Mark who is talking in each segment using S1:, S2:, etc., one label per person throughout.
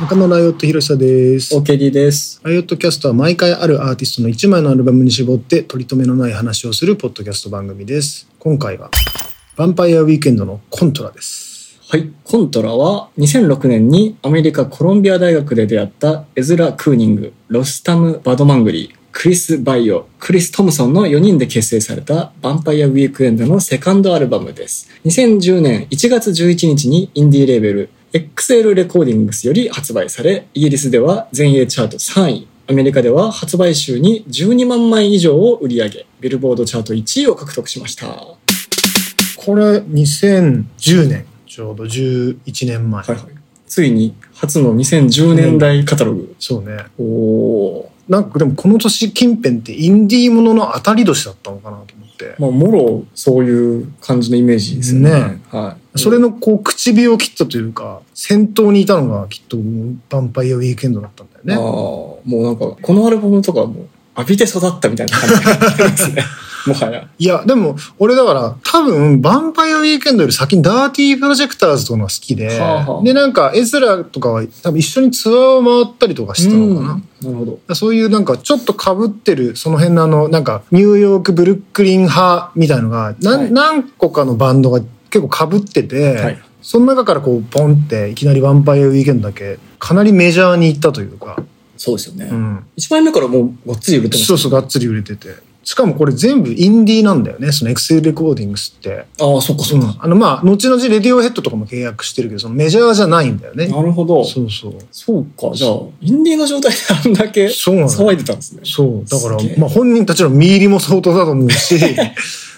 S1: 中野ライオット広下です。
S2: オケリです。
S1: ライオットキャストは毎回あるアーティストの1枚のアルバムに絞って取り留めのない話をするポッドキャスト番組です。今回は、ヴァンパイアウィーケンドのコントラです。
S2: はい。コントラは2006年にアメリカコロンビア大学で出会ったエズラ・クーニング、ロスタム・バドマングリー、クリス・バイオ、クリス・トムソンの4人で結成されたヴァンパイア・ウィークエンドのセカンドアルバムです。2010年1月11日にインディーレーベル XL レコーディングスより発売され、イギリスでは全英チャート3位、アメリカでは発売週に12万枚以上を売り上げ、ビルボードチャート1位を獲得しました。
S1: これ、2010年、ちょうど11年前。
S2: はいはい、ついに初の2010年代カタログ、
S1: そうね。
S2: おお
S1: なんかでもこの年近辺ってインディーものの当たり年だったのかなと思って。
S2: ーまあもろそういう感じのイメージですよね
S1: ね
S2: はい、
S1: それのこう、唇を切ったというか、先頭にいたのがきっとヴァンパイアウィーケンドだったんだよ
S2: ねああ
S1: ね。
S2: もうなんかこのアルバムとかはもう浴びて育ったみたいな感じがありま すねもはや
S1: いや、でも、俺だから、多分、ヴァンパイアウィーケンドより先にダーティープロジェクターズとかのが好きで、
S2: はあはあ
S1: で、なんか、エズラとかは、多分一緒にツアーを回ったりとかしたのかな。
S2: うんなるほど
S1: そういうなんかちょっと被ってるその辺のあのなんかニューヨークブルックリン派みたいのが何,、
S2: はい
S1: 何個かのバンドが結構被ってて、
S2: はい
S1: その中からこうポンっていきなり「ヴァンパイアウィーケンド」だけかなりメジャーに行ったというか、
S2: そうですよね、
S1: うん、
S2: 一枚目からもうごっつり売れてます
S1: そうそうがっつり売れててしかもこれ全部インディーなんだよねそのエクセルレコーディングスって。
S2: ああそっかそっか、
S1: あのまあ後々レディオヘッドとかも契約してるけどそのメジャーじゃないんだよね
S2: なるほど
S1: そうそう
S2: そうかじゃあインディーの状態であんだけ
S1: そうなの
S2: 騒いでたんですね
S1: そうだから
S2: すげえ
S1: まあ本人たちの身入りも相当だと思う し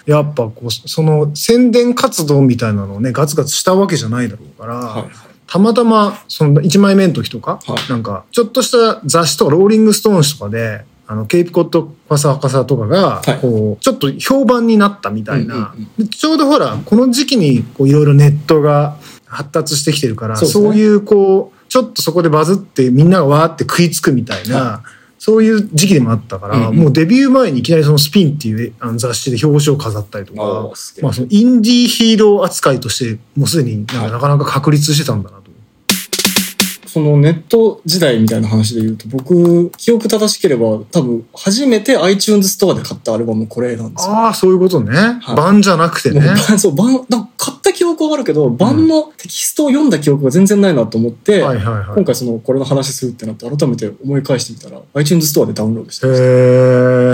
S1: やっぱこうその宣伝活動みたいなのをねガツガツしたわけじゃないだろうから、
S2: はいはい
S1: たまたまその1枚目の時とか、
S2: はい
S1: なんかちょっとした雑誌とかローリングストーンズとかであのケープコットパサカサとかが
S2: はい
S1: こうちょっと評判になったみたいな、
S2: うんう
S1: で
S2: ん
S1: ちょうどほらこの時期にこういろいろネットが発達してきてるからそ,、
S2: そううですね
S1: いうこうちょっとそこでバズってみんながわーって食いつくみたいな、そういう時期でもあったから、
S2: うんうん
S1: もうデビュー前にいきなりそのスピンっていうあの雑誌で表紙を飾ったりと
S2: あ
S1: か
S2: あすげえ
S1: まあ、そのインディーヒーロー扱いとしてもうすでになんか
S2: はい
S1: なかなか確立してたんだなと。
S2: そのネット時代みたいな話で言うと、僕、記憶正しければ、多分、初めて iTunes ストアで買ったアルバムこれなんですよ。
S1: ああ、そういうことね。
S2: い
S1: 版じゃなくてね。
S2: もうば そう、版、だ買った記憶はあるけど、版のテキストを読んだ記憶が全然ないなと思って、
S1: はいはいは
S2: 今
S1: い。
S2: 回その、これの話するってなって、改めて思い返してみたら、iTunes ストアでダウンロードしてました。
S1: へ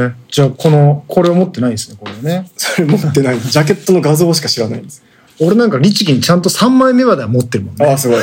S1: え。じゃあ、この、これを持ってないんですね、これね。
S2: それ持ってない。ジャケットの画像しか知らないんです。
S1: 俺なんか律儀にちゃんと3枚目までは持ってるもんね。
S2: ああ、すごい。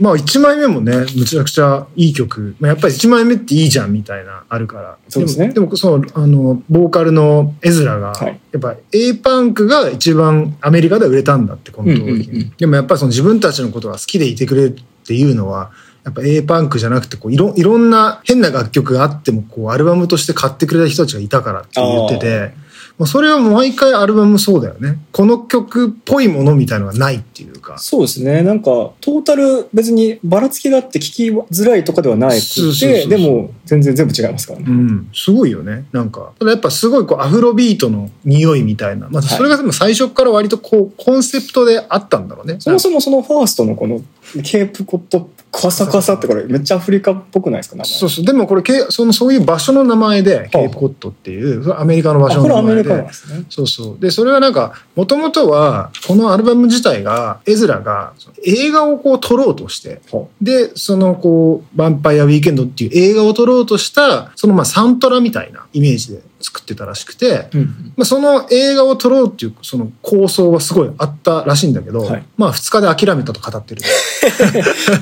S1: まあ1枚目もね、むちゃくちゃいい曲。まあ、やっぱり1枚目っていいじゃんみたいな、あるから。
S2: そうですね
S1: ももその、あの、ボーカルのエズラが、
S2: はい
S1: やっぱ A パンクが一番アメリカでは売れたんだって、この当時、
S2: うんうんうん
S1: でもやっぱりその自分たちのことが好きでいてくれるっていうのは、やっぱ A パンクじゃなくてこういろ、いろんな変な楽曲があっても、こう、アルバムとして買ってくれた人たちがいたからって言ってて、まあそれは毎回アルバムそうだよね。この曲っぽいものみたいのがないっていうか。
S2: そうですね。なんか、トータル別にばらつきがあって聞きづらいとかではない
S1: そう
S2: く
S1: そうそう
S2: て、
S1: そう
S2: でも全然全部違いますからね。
S1: うん、すごいよねなんかただやっぱすごいこうアフロビートの匂いみたいな、まあ、
S2: はい
S1: それがでも最初から割とこうコンセプトであったんだろうね
S2: そもそもそのファーストのこのケープコットカサカサってこれめっちゃアフリカっぽくないですか名前
S1: そうそうでもこれけそのそういう場所の名前でケープコットっていうそれアメリカの場
S2: あ
S1: 所
S2: これ
S1: の
S2: ア
S1: 名
S2: メ
S1: 前
S2: リカなん
S1: で
S2: ですね
S1: そうそうでそれはなんかもともとはこのアルバム自体がエズラがその映画をこう撮ろうとして
S2: は
S1: でそのこう「ヴァンパイア・ウィーケンド」っていう映画を撮ろうとしたそのまあサントラみたいなイメージで作ってたらしくて、
S2: うん
S1: まあ、その映画を撮ろうっていうその構想はすごいあったらしいんだけど、
S2: はい
S1: まあ2日で諦めたと語 ってる。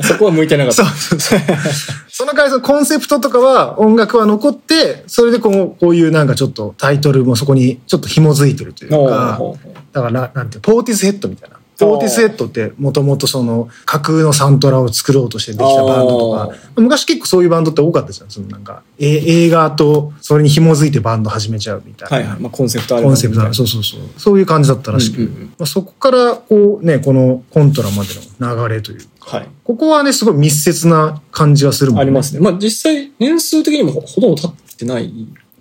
S2: そこは向いてなかっ
S1: そ
S2: た
S1: うそう そう。その代わりそのコンセプトとかは音楽は残って、それでこうこういうなんかちょっとタイトルもそこにちょっと紐づいてるという
S2: おう
S1: か、
S2: おう
S1: だからななんていうのポーティスヘッドみたいな。ポーティスヘッドってもともとその架空のサントラを作ろうとしてできたバンドとか、昔結構そういうバンドって多かったじゃん。そのなんか、え映画とそれに紐づいてバンド始めちゃうみたいな。
S2: はいはいまあコンセプトある
S1: コンセプトだそうそうそうそういう感じだったらしく、
S2: うんうんうん
S1: まあ、そこからこうねこのコントラまでの流れという
S2: はい
S1: ここはねすごい密接な感じがするもん
S2: ありますねまあ実際年数的にもほほとんど経ってない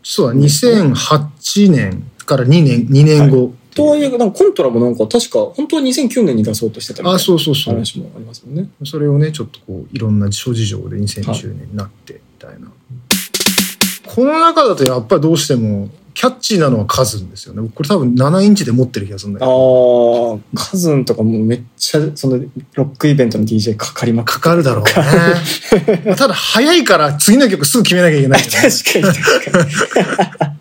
S1: そうだ2008年から2年2年後、てい
S2: と
S1: う
S2: はいえ、なんかコントラもなんか確か本当は2009年に出そうとしてたみたい
S1: あ
S2: な
S1: そうそうそう
S2: 話もありますもんね。
S1: それをねちょっとこういろんな諸事情で2010年になってみたいな、この中だとやっぱりどうしてもキャッチーなのはカズンですよね僕これ多分7インチで持ってる気がするんだけ
S2: あ
S1: ど
S2: ーカズンとかもうめっちゃそのロックイベントの DJ かかりまくっ
S1: かかるだ ろうねただ早いから次の曲すぐ決めなきゃいけないよね
S2: 確かに確かに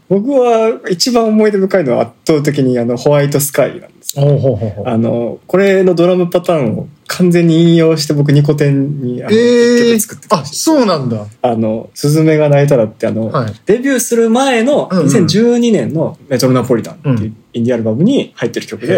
S2: 僕は一番思い出深いのは圧倒的にあのホワイトスカイなん です
S1: ほうほうほうほう
S2: あのこれのドラムパターンを完全に引用して僕ニコ天にあの、
S1: え
S2: 一曲
S1: ー
S2: 作って
S1: あ
S2: ました
S1: そうなんだ
S2: あの「スズメが泣いたら」ってあの、
S1: はい
S2: デビューする前の
S1: うんうん
S2: 2012年の「メトロナポリタン」っていううインディーアルバムに入ってる曲で、
S1: へ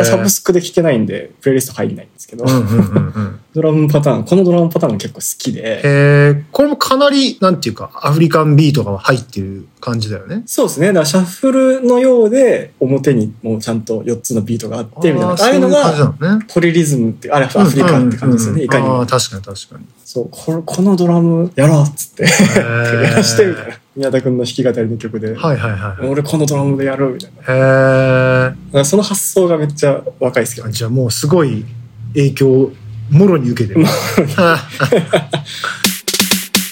S1: え
S2: サブスクで聴けないんでプレイリスト入んないんですけど、
S1: うんうんうんうん
S2: ドラムパターンこのドラムパターンが結構好きで、
S1: へえこれもかなりなんていうかアフリカンビートが入ってる感じだよね
S2: そうですね。だからシャッフルのようで、表にもうちゃんと4つのビートがあって、みたいな。ああいうの
S1: そう
S2: が、
S1: 感じなのね
S2: ポリリズムって、あれアフリカって感じですよね、いかに
S1: ああ
S2: も
S1: ー。確かに確か に
S2: そう、これこのドラムやろうっつって、やらしてみたい
S1: へ
S2: な。宮田くんの弾き語りの曲で、
S1: ーはいはいはい
S2: 俺このドラムでやろうみたいな。だ
S1: へ
S2: からその発想がめっちゃ若いですけど
S1: え。じゃあもうすごい影響をもろに受けてる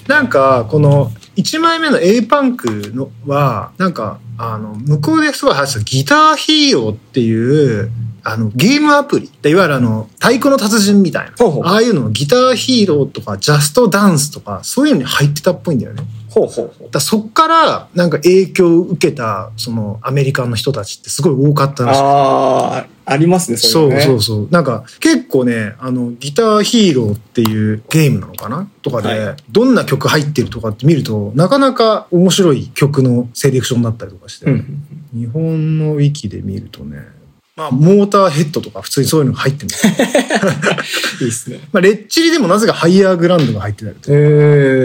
S1: なんかこの1枚目の A パンクのはなんかあの向こうですごい流行ってたギターヒーローっていうあのゲームアプリいわゆるあの太鼓の達人みたいな
S2: ほうほう
S1: ああいうのギターヒーローとかジャストダンスとかそういうのに入ってたっぽいんだよね
S2: ほうほう
S1: だ
S2: ほう
S1: か。らそっからなんか影響を受けたそのアメリカの人たちってすごい多かったらしい
S2: ああ、ありますね、そ
S1: そうう
S2: いうのね。
S1: そうそう。なんか結構ね、あの、ギターヒーローっていうゲームなのかなとかで、
S2: はい
S1: どんな曲入ってるとかって見ると、なかなか面白い曲のセレクションだったりとかして、
S2: うん。
S1: 日本のウィキで見るとね、まあ、モーターヘッドとか普通にそういうのが入ってるんですよ
S2: いいですね。
S1: まあ、レッチリでもなぜかハイヤーグラウンドが入ってたりとか
S2: え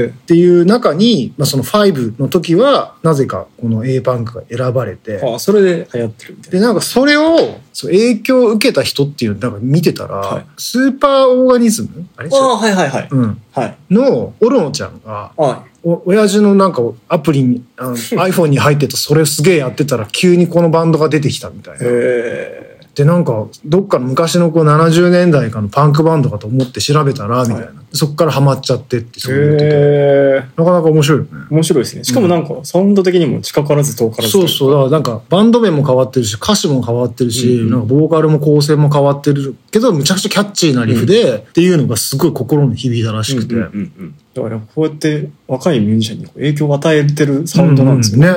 S2: ー、
S1: っていう中に、まあ、その5の時は、なぜかこの A パンクが選ばれて、
S2: ああ、それで流行ってるみたい
S1: で
S2: な。
S1: なんかそれをそう影響を受けた人っていうなんか見てたら、
S2: はい
S1: スーパーオーガニズムあれ
S2: ああ、はいはいはい。
S1: うん、
S2: はい。
S1: のオロノちゃんが
S2: あ
S1: お親父のなんかアプリにあの iPhone に入ってたそれすげえやってたら急にこのバンドが出てきたみたい
S2: え
S1: な。でなんかどっかの昔のこう70年代かのパンクバンドかと思って調べたらみたいな、
S2: は
S1: そっからハマっちゃってってそう言ってて、
S2: へえ。
S1: なかなか面白いよね。
S2: 面白いですね。しかもなんか、サウンド的にも近からず遠からず。
S1: そうそう。だからなんか、バンド名も変わってるし、歌詞も変わってるし、
S2: うんうん
S1: なんかボーカルも構成も変わってるけど、むちゃくちゃキャッチーなリフで、っていうのがすごい心に響いたらしくて。
S2: うんうんうんだからこうやって若いミュージシャンにこう影響を与えてるサウンドなんですよね。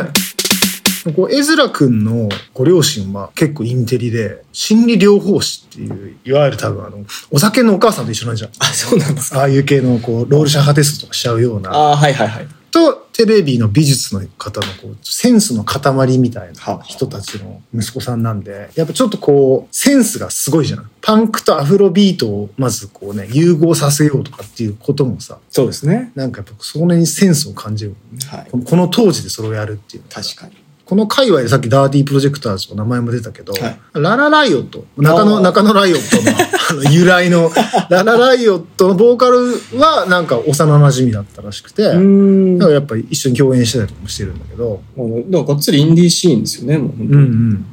S1: ね。こう、エズラ君のご両親は結構インテリで、心理療法士っていう、いわゆる多分あの、お酒のお母さんと一緒なんじゃん。
S2: あ、そうなんですか。
S1: ああいう系の、こう、ロールシャンハテストとかしちゃうような。
S2: あーはいはいはい。
S1: と、テレビの美術の方の、こう、センスの塊みたいな。
S2: は
S1: 人たちの息子さんなんで、やっぱちょっとこう、センスがすごいじゃん。パンクとアフロビートをまずこうね、融合させようとかっていうこともさ、
S2: そうですね。
S1: なんかやっぱそこにセンスを感じる、
S2: はい
S1: こ。の。この当時でそれをやるっていうのは。
S2: 確かに。
S1: この界隈でさっきダーティープロジェクターズの名前も出たけど、
S2: はい
S1: ララライオット、中野、
S2: あー
S1: 中野ライオットのあの由来の、ララライオットのボーカルはなんか幼馴染だったらしくて、
S2: うーん。
S1: だか
S2: も
S1: らやっぱり一緒に共演してたりとかもしてるんだけど、
S2: うだからがっつりインディーシーンですよね、もう本当
S1: うんう
S2: に。
S1: ん、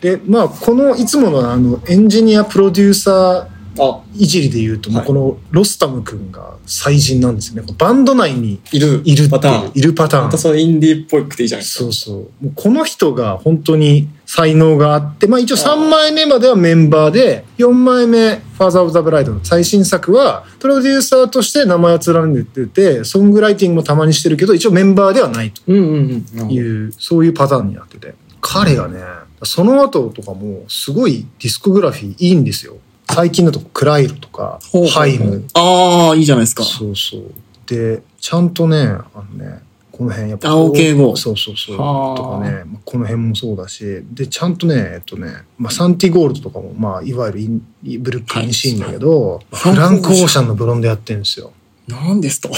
S1: でまあこのいつものあのエンジニアプロデューサー
S2: あ、
S1: いじりで言うと、もう
S2: はい
S1: このロスタム君が最人なんですよねバンド内に
S2: いる。
S1: いるって
S2: パタ
S1: い
S2: ー
S1: う
S2: ン。
S1: いるパター
S2: ま
S1: ン
S2: たそのインディーっぽくていいじゃないですか。
S1: そうそうもうこの人が本当に才能があって、まあ、一応3枚目まではメンバーで4枚目「ファーザー・オブ・ザ・ブライド」の最新作はプロデューサーとして名前を連ねててソングライティングもたまにしてるけど一応メンバーではないと。
S2: うんうんうん。
S1: いう、そういうパターンになってて。彼がね、その後とかも、すごいディスコグラフィーいいんですよ。最近だと、クライルとか
S2: ほうほうほう、
S1: ハイム。。
S2: ああ、いいじゃないですか。
S1: そうそう。で、ちゃんとね、あのね、この辺やっぱ。
S2: 青系語
S1: そうそうそう。
S2: はあ
S1: とかね、まあこの辺もそうだし、で、ちゃんとね、えっとね、まあ、サンティゴールドとかも、まあ、いわゆるインブルックインシーンだけど、
S2: はい
S1: フランク・オーシャンのブロンドやってるんですよ。
S2: なんですと。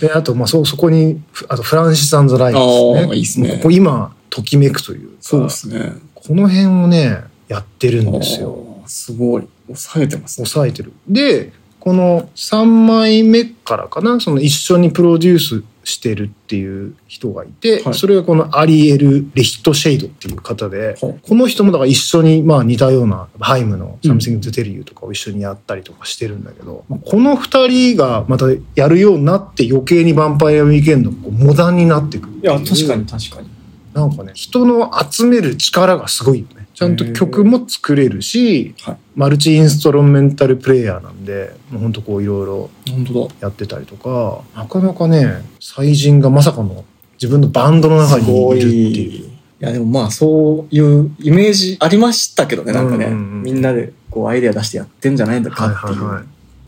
S1: で、あと、まあ、そう、そこに、ふあと、フランシス・アンド・ライブです
S2: あ
S1: ね。
S2: ーいいっすね
S1: ここ今、ときめくというか。
S2: そうですね。
S1: この辺をね、やってるんですよ。
S2: あー。すごい。抑えてますね。
S1: 抑えてる。で、この3枚目からかな、その一緒にプロデュースしてるっていう人がいて、
S2: はい
S1: それがこのアリエル・レヒットシェイドっていう方で、
S2: はい
S1: この人もだから一緒にまあ似たようなハイムの「サムシング・トゥ・テルユー」とかを一緒にやったりとかしてるんだけど、まあこの二人がまたやるようになって余計にヴァンパイア・ウィーケンドがこうモダンになってくるって
S2: い
S1: い
S2: や
S1: う
S2: 確かに確かに
S1: なんかね、人の集める力がすごいよね。ちゃんと曲も作れるし、
S2: はい
S1: マルチインストロメンタルプレイヤーなんで、もうほんとこういろいろ
S2: 本当だ
S1: やってたりとか、なかなかね、才人がまさかの自分のバンドの中
S2: すご
S1: にいるって
S2: い
S1: いう。
S2: いやでもまあそういうイメージありましたけどねなんかね、
S1: うんうんうん
S2: みんなでこうアイデア出してやってんじゃないんだか
S1: はい
S2: って
S1: はい
S2: いう、
S1: は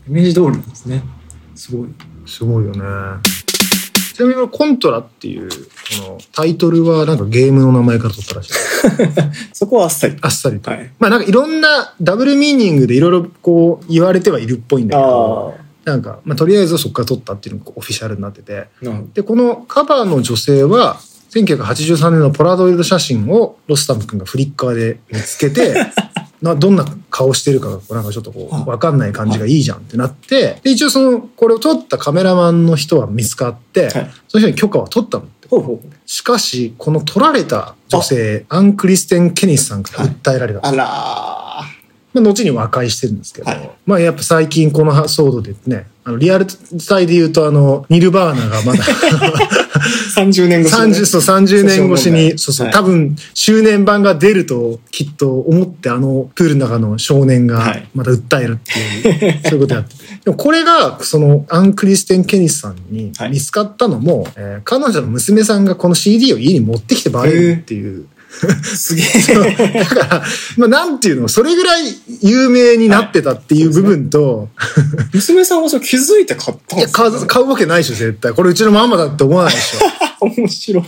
S2: イメージ通りなんですねすごい
S1: い。すごいよね。ちなみにこのコントラっていう、このタイトルはなんかゲームの名前から取ったらしい。
S2: そこはあっさり
S1: あっさりと。
S2: はい
S1: まあなんかいろんなダブルミーニングでいろいろこう言われてはいるっぽいんだけど、
S2: あ
S1: なんか、まあ、とりあえずはそこから撮ったっていうのがオフィシャルになってて。
S2: あなるほど
S1: で、このカバーの女性は、1983年のポラドイルド写真をロスタム君がフリッカーで見つけ て、などんな顔してるかがなんかちょっとこ、
S2: はいう
S1: わかんない感じがいいじゃんってなって、で、一応その、これを撮ったカメラマンの人は見つかって、
S2: はい
S1: その人に許可は取ったの。
S2: ほうほうほう
S1: しかし、この撮られた女性、アン・クリステン・ケニスさんから訴えられた。
S2: あら
S1: まあ、後に和解してるんですけど、
S2: はい
S1: まあやっぱ最近この騒動でね、あのリアルタイで言うとあの、ニルバーナが まだ
S2: ー30年後
S1: 30、そう30年越しに、そう
S2: 訴訟問題
S1: そう、
S2: はい
S1: 多分周年版が出るときっと思ってあのプールの中の少年
S2: は
S1: が
S2: い
S1: また訴えるってい う、そういうことやってて。でもこれがそのアン・クリステン・ケニスさんに
S2: はい
S1: 見つかったのも、えー彼女の娘さんがこの CD を家に持ってきてバレるっていう。
S2: すげ
S1: そう
S2: え
S1: だから、まあ、なんていうの、それぐらい有名になってたっていう部分と、
S2: 娘さんはそれ気づいて買ったん
S1: い
S2: で
S1: や
S2: すか
S1: 買う買うわけないでしょ、絶対。これうちのママだって思わないでしょ。
S2: 面白い。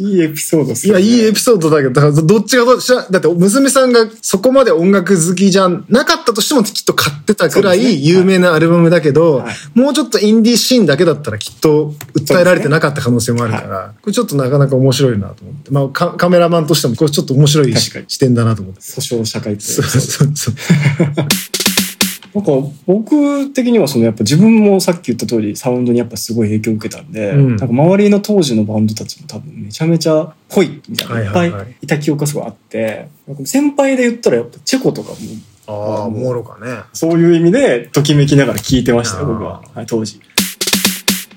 S2: いいエピソードで す
S1: いや、
S2: ね
S1: いいエピソードだけど、だからどっちがどうしらだって娘さんがそこまで音楽好きじゃなかったとしてもきっと買ってたくら
S2: そうですね
S1: い有名なアルバムだけど、
S2: はい
S1: もうちょっとインディーシーンだけだったらきっと訴えられてなかった可能性もあるから、これちょっとなかなか面白いなと思って。まあカカメラマンとしてもこれちょっと面白いし
S2: 確かに
S1: 視点だなと思って。
S2: 訴訟社会って
S1: そうそうそう。
S2: なんか僕的にはそのやっぱ自分もさっき言った通りサウンドにやっぱすごい影響を受けたんで、
S1: うん
S2: なんか周りの当時のバンドたちも多分めちゃめちゃ濃いみたいな、
S1: はいい
S2: っ
S1: は
S2: ぱ
S1: いはい
S2: いいた記憶がすごいあって、なんか先輩で言ったらやっぱチェコとかも
S1: ああ、おもろかね。
S2: そういう意味でときめきながら聞いてましたよ、
S1: あー
S2: 僕は。はい、当時。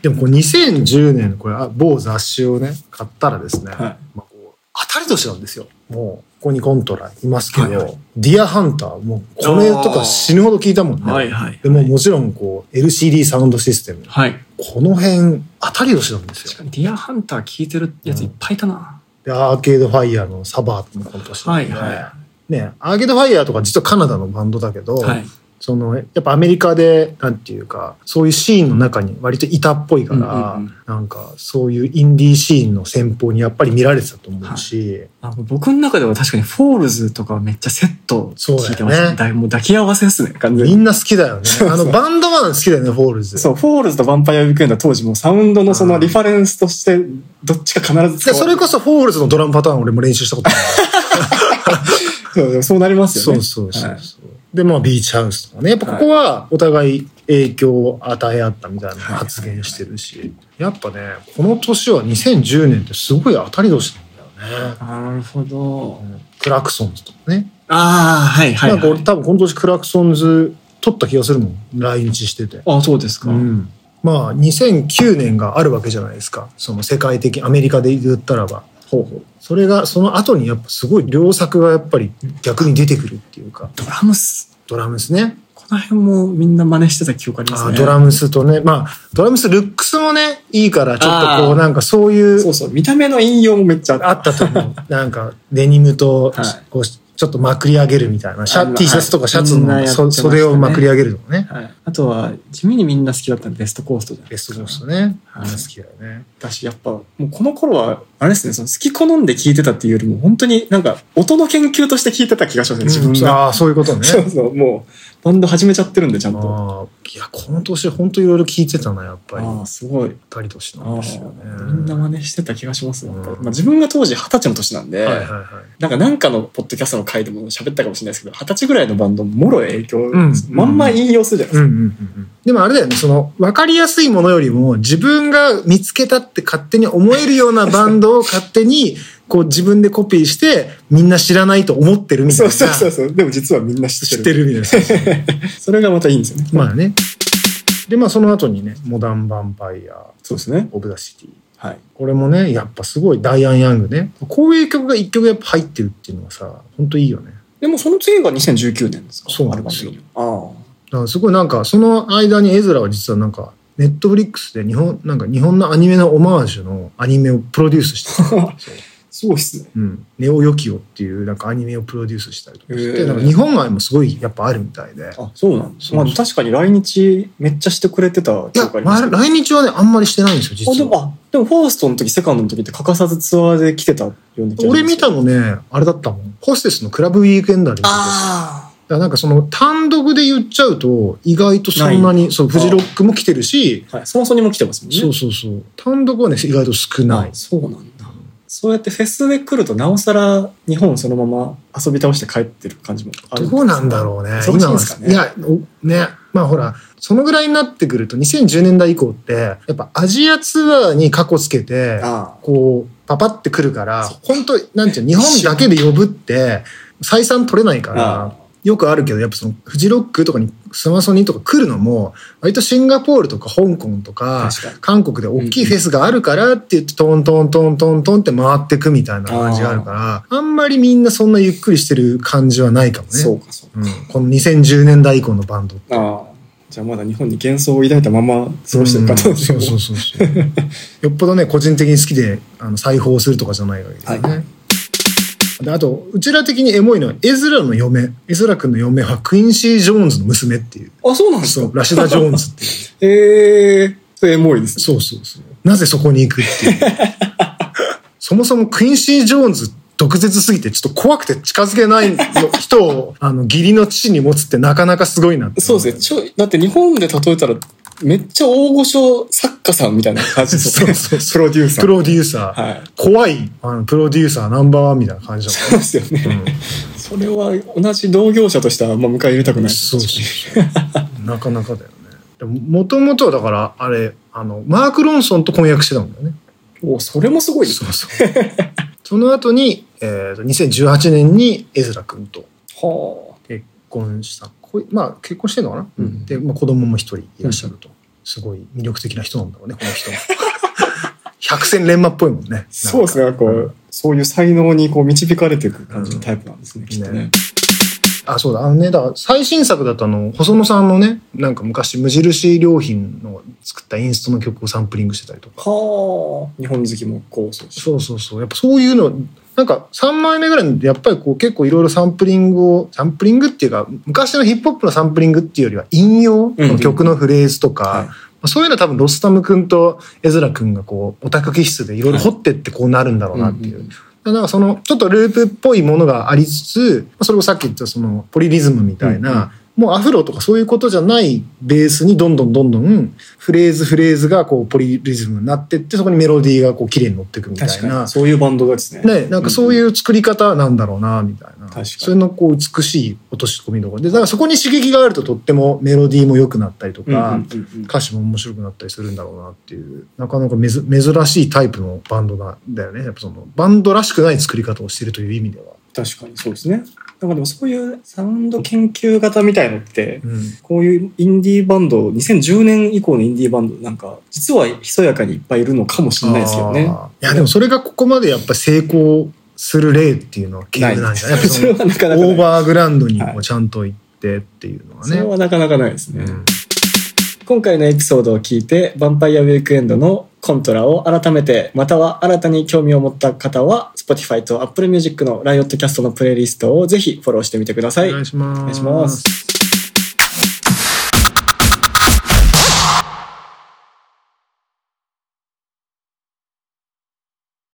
S1: でもこれ2010年、これ、あ某雑誌をね、買ったらですね、
S2: はい
S1: まあ、こう当たり年なんですよ。もう、ここにコントラいますけど、
S2: はいはい
S1: ディアハンター、もう、これとか死ぬほど聞いたもんね。
S2: はい
S1: でも、もちろん、こう、LCD サウンドシステム。
S2: はい。
S1: この辺、当たり年なんです
S2: 確
S1: よ。
S2: かにディアハンター聞いてるやついっぱいいたな。
S1: で、アーケードファイヤーのサバーもこの年なんで、
S2: はいは
S1: ね、アーケードファイヤーとか実はカナダのバンドだけど、
S2: はい。
S1: その、やっぱアメリカで、なんていうか、そういうシーンの中に割といたっぽいから、
S2: うんうんうん
S1: なんか、そういうインディーシーンの先方にやっぱり見られてたと思うし、
S2: あの僕の中では確かにフォールズとかめっちゃセット聞いてまし
S1: そうだよ
S2: たね。
S1: ね
S2: だいもう抱き合わせですね、完全
S1: み
S2: に。
S1: んな好きだよね。
S2: そうそう
S1: あの、バンドマン好きだよね、フォールズ。
S2: そう、フォールズとヴァンパイア・ウィークエンドは当時もうサウンドのそうの
S1: ん
S2: リファレンスとしてどっちか必ず使
S1: で
S2: わ
S1: それこそフォールズのドラムパターン俺も練習したことある。
S2: そうそうなります
S1: そ
S2: よ
S1: う
S2: ね。
S1: そうそうそう。で、まあ、ビーチハウスとかね。やっぱここはお互い影響を与え合ったみたいな発言してるし、やっぱね、この年は2010年ってすごい当たり年なんだよね。
S2: なるほど。
S1: クラクソンズとかね。
S2: ああ、はいはい、
S1: なんか俺多分この年クラクソンズ撮った気がするもん来日してて、
S2: あそうですか。
S1: うんまあ2009年があるわけじゃないですかその世界的アメリカで言ったらば
S2: ほうほう。
S1: それがその後にやっぱすごい良作がやっぱり逆に出てくるっていうか
S2: ドラムス。
S1: ドラムスね
S2: この辺もみんな真似してた記憶あります
S1: あ
S2: ね。
S1: ドラムスとねまあドラムスルックスもねいいからちょっとこ
S2: あー
S1: うなんかそうい
S2: そううそう。見た目の引用もめっちゃ
S1: あったと思うなんかデニムと
S2: はい
S1: こうちょっとまくり上げるみたいなシ
S2: あ
S1: ャ
S2: の
S1: T シャツとかシャツ
S2: みんなや
S1: の
S2: って
S1: そ
S2: ましたね
S1: 袖をまくり上げるとかね
S2: はい、あとは地味にみんな好きだったのベストコーストじゃない
S1: ベ
S2: で
S1: ス
S2: す
S1: ト
S2: か。
S1: ゴーストね。
S2: はい
S1: 好きだよね。
S2: だし、やっぱ、もうこの頃は、あれですね、その好き好んで聞いてたっていうよりも、本当になんか、音の研究として聞いてた気がしますね、自分が。
S1: ああ、そういうことね。
S2: そうそう、もう、バンド始めちゃってるんで、ちゃんと。
S1: まあ、いや、この年本当いろいろ聞いてたな、やっぱり。
S2: ああ、すごい。
S1: たり年
S2: あ
S1: なんですよね。
S2: あ、みんな真似してた気がします。やっぱり
S1: うん
S2: まあ、自分が当時二十歳の年なんで、
S1: はいはいはい。
S2: なんかなんかのポッドキャストの回でも喋ったかもしれないですけど、二十歳ぐらいのバンド、もろ影響、
S1: ん
S2: まんま引用するじゃないで
S1: う
S2: す
S1: ん
S2: か。
S1: うんうんうん。でもあれだよね、その、わかりやすいものよりも、自分が見つけたって勝手に思えるようなバンドを勝手 に、こう自分でコピーして、みんな知らないと思ってるみたい
S2: そう
S1: な。
S2: そうそうそう。でも実はみんな知
S1: 知
S2: っ
S1: ってて
S2: る。
S1: るみたいな。
S2: それがまたいいんですよね。
S1: まあね。で、まあその後にね、モダン・ヴァンパイア、
S2: そうですね。
S1: オブ・ザ・シティ。
S2: はい。
S1: これもね、やっぱすごいダイアン・ヤングね。こういう曲が一曲やっぱ入ってるっていうのはさ、本当いいよね。
S2: でもその次が2019年ですか
S1: そうなんですよ
S2: アルバム的に
S1: だからすごいなんか、その間にエズラは実はなんか、ネットフリックスで日本、なんか日本のアニメのオマージュのアニメをプロデュースしてた。
S2: ああ。 すごいっすね。
S1: うん。ネオ・ヨキオっていうなんかアニメをプロデュースしたりとかし
S2: へ
S1: て、
S2: え
S1: なんか日本愛もすごいやっぱあるみたいで。
S2: あ、そうなんです。
S1: そう
S2: まあ確かに来日めっちゃしてくれてた
S1: い
S2: 記
S1: や、
S2: 憶あります
S1: ま
S2: け
S1: あ
S2: ど。
S1: 来日はね、あんまりしてないんですよ、実
S2: あ、
S1: は。
S2: でも、あ、でもファーストの時、セカンドの時って欠かさずツアーで来てたような気がします
S1: 俺見たのね、あれだったもん。ホステスのクラブウィークエンダーで見てて。
S2: あ
S1: だからなんかその単独で言っちゃうと、意外とそんなに、そう、フジロックも来てるし、
S2: あ。はい。そもそもにも来てますもんね。
S1: そうそうそう。単独はね、意外と少ない
S2: あ。そうなんだ。そうやってフェスで来ると、なおさら日本そのまま遊び倒して帰ってる感じもある
S1: どうなんだろうね。
S2: 忙しいんですかね
S1: 今はすいや、おね。まあほら、そのぐらいになってくると、2010年代以降って、やっぱアジアツアーに過去つけて、
S2: ああ。
S1: こう、パパってくるから、
S2: そ
S1: 本当なんていうの日本だけで呼ぶって、採算取れないか
S2: ああ
S1: ら、よくあるけど、やっぱその、フジロックとかに、スマソニとか来るのも、割とシンガポールとか香港とか、
S2: 確かに。
S1: 韓国で大きいフェスがあるからって言ってトントントントントンって回ってくみたいな感じがあるから、あんまりみんなそんなゆっくりしてる感じはないかもね。
S2: そうか、そうか。
S1: うん、この2010年代以降のバンド。
S2: ああ。じゃあまだ日本に幻想を抱いたまま過ごしてる方
S1: うんそうそうそうそう。よっぽどね、個人的に好きであの裁縫するとかじゃないわけですよね。
S2: はい
S1: であと、うちら的にエモいのは、エズラの嫁。エズラ君の嫁はクインシー・ジョーンズの娘っていう。
S2: あ、そうなんです
S1: そ
S2: か
S1: う、ラシダ・ジョーンズっていう。
S2: ええー、 それエモいですね。
S1: そうそうそう。なぜそこに行く っていう。そもそもクインシー・ジョーンズ毒舌すぎてちょっと怖くて近づけないの人をあの義理の父に持つってなかなかすごいなって。
S2: そうですね。ちょい、だって日本で例えたら、めっちゃ大御所作家さんみたいな感じですよね。
S1: そうそうそ
S2: プロデューサー。
S1: プロデューサー。
S2: はい。
S1: 怖いあのプロデューサーナンバーワンみたいな感じだ
S2: そうですよね。
S1: もんね。
S2: それは同じ同業者としてはあんま迎え入れたく
S1: う
S2: なんい。
S1: そうそうそう。 なかなかだよね。でももともとはだから、あれ、あの、マーク・ロンソンと婚約してたんだよね。
S2: おそれもすごいで
S1: そ
S2: すね。
S1: うそう。 その後に、えーと、2018年にエズラ君と
S2: は
S1: 結婚した恋まあ結婚してんのかな、
S2: うん
S1: で、まあ、子供も一人いらっしゃると、すごい魅力的な人なんだろうねこの 人百戦錬磨っぽいもんねなんか
S2: あ。そうですね。こう、そういう才能にこう導かれていく感じのタイプなんですね、きっとね
S1: ね。あそうだあのねだから最新作だとあの細野さんのねなんか昔無印良品の作ったインストの曲をサンプリングしてたりとか
S2: はあ。日本好きもこう、そうし
S1: そうそうそうやっぱそういうのなんか3枚目ぐらいでやっぱりこう結構いろいろサンプリングをサンプリングっていうか昔のヒップホップのサンプリングっていうよりは引用
S2: うんうん
S1: の曲のフレーズとか、
S2: はい
S1: まあそういうのは多分ロスタム君とエズラ君がこうオタク気質でいろいろ掘ってってこうなるんだろうなっていう。
S2: うんうん
S1: なんかそのちょっとループっぽいものがありつつまあそれをさっき言ったそのポリリズムみたいな、もうアフロとかそういうことじゃないベースにどんどんどんどんフレーズフレーズがこうポリリズムになってってそこにメロディーがこう綺麗に乗っていくみた
S2: 確
S1: い
S2: か
S1: な
S2: に。そういうバンドがですね。
S1: ね、なんかそういう作り方なんだろうな、みたいな。
S2: かに
S1: それのこう美しい落とし込みどころで、だからそこに刺激があるととってもメロディーも良くなったりと
S2: うんうん
S1: か、
S2: うんうん
S1: 歌詞も面白くなったりするんだろうなっていう、なかなかめず珍しいタイプのバンドなんだよね。やっぱそのバンドらしくない作り方をしているという意味では。
S2: 確かにそうですね。なんかでもそういうサウンド研究型みたいのって、
S1: うん。
S2: こういうインディーバンド、2010年以降のインディーバンドなんか、実はひそやかにいっぱいいるのかもしれないですよね。
S1: あーいや、でもそれがここまでやっぱ成功する例っていうのは結
S2: な
S1: 構
S2: い。
S1: なんじゃないやっぱ
S2: そ
S1: そ
S2: れ
S1: の
S2: はなかなか
S1: オー
S2: ない。
S1: バーグラウンドにこうちゃんと行ってっていうのは
S2: そ
S1: ね。
S2: れはなかなかないですね。
S1: うん
S2: 今回のエピソードを聞いて、ヴァンパイアウィークエンドのコントラを改めて、または新たに興味を持った方は、Spotify と Apple Music のライオットキャストのプレイリストをぜひフォローしてみてください。
S1: お願いします。
S2: お願いします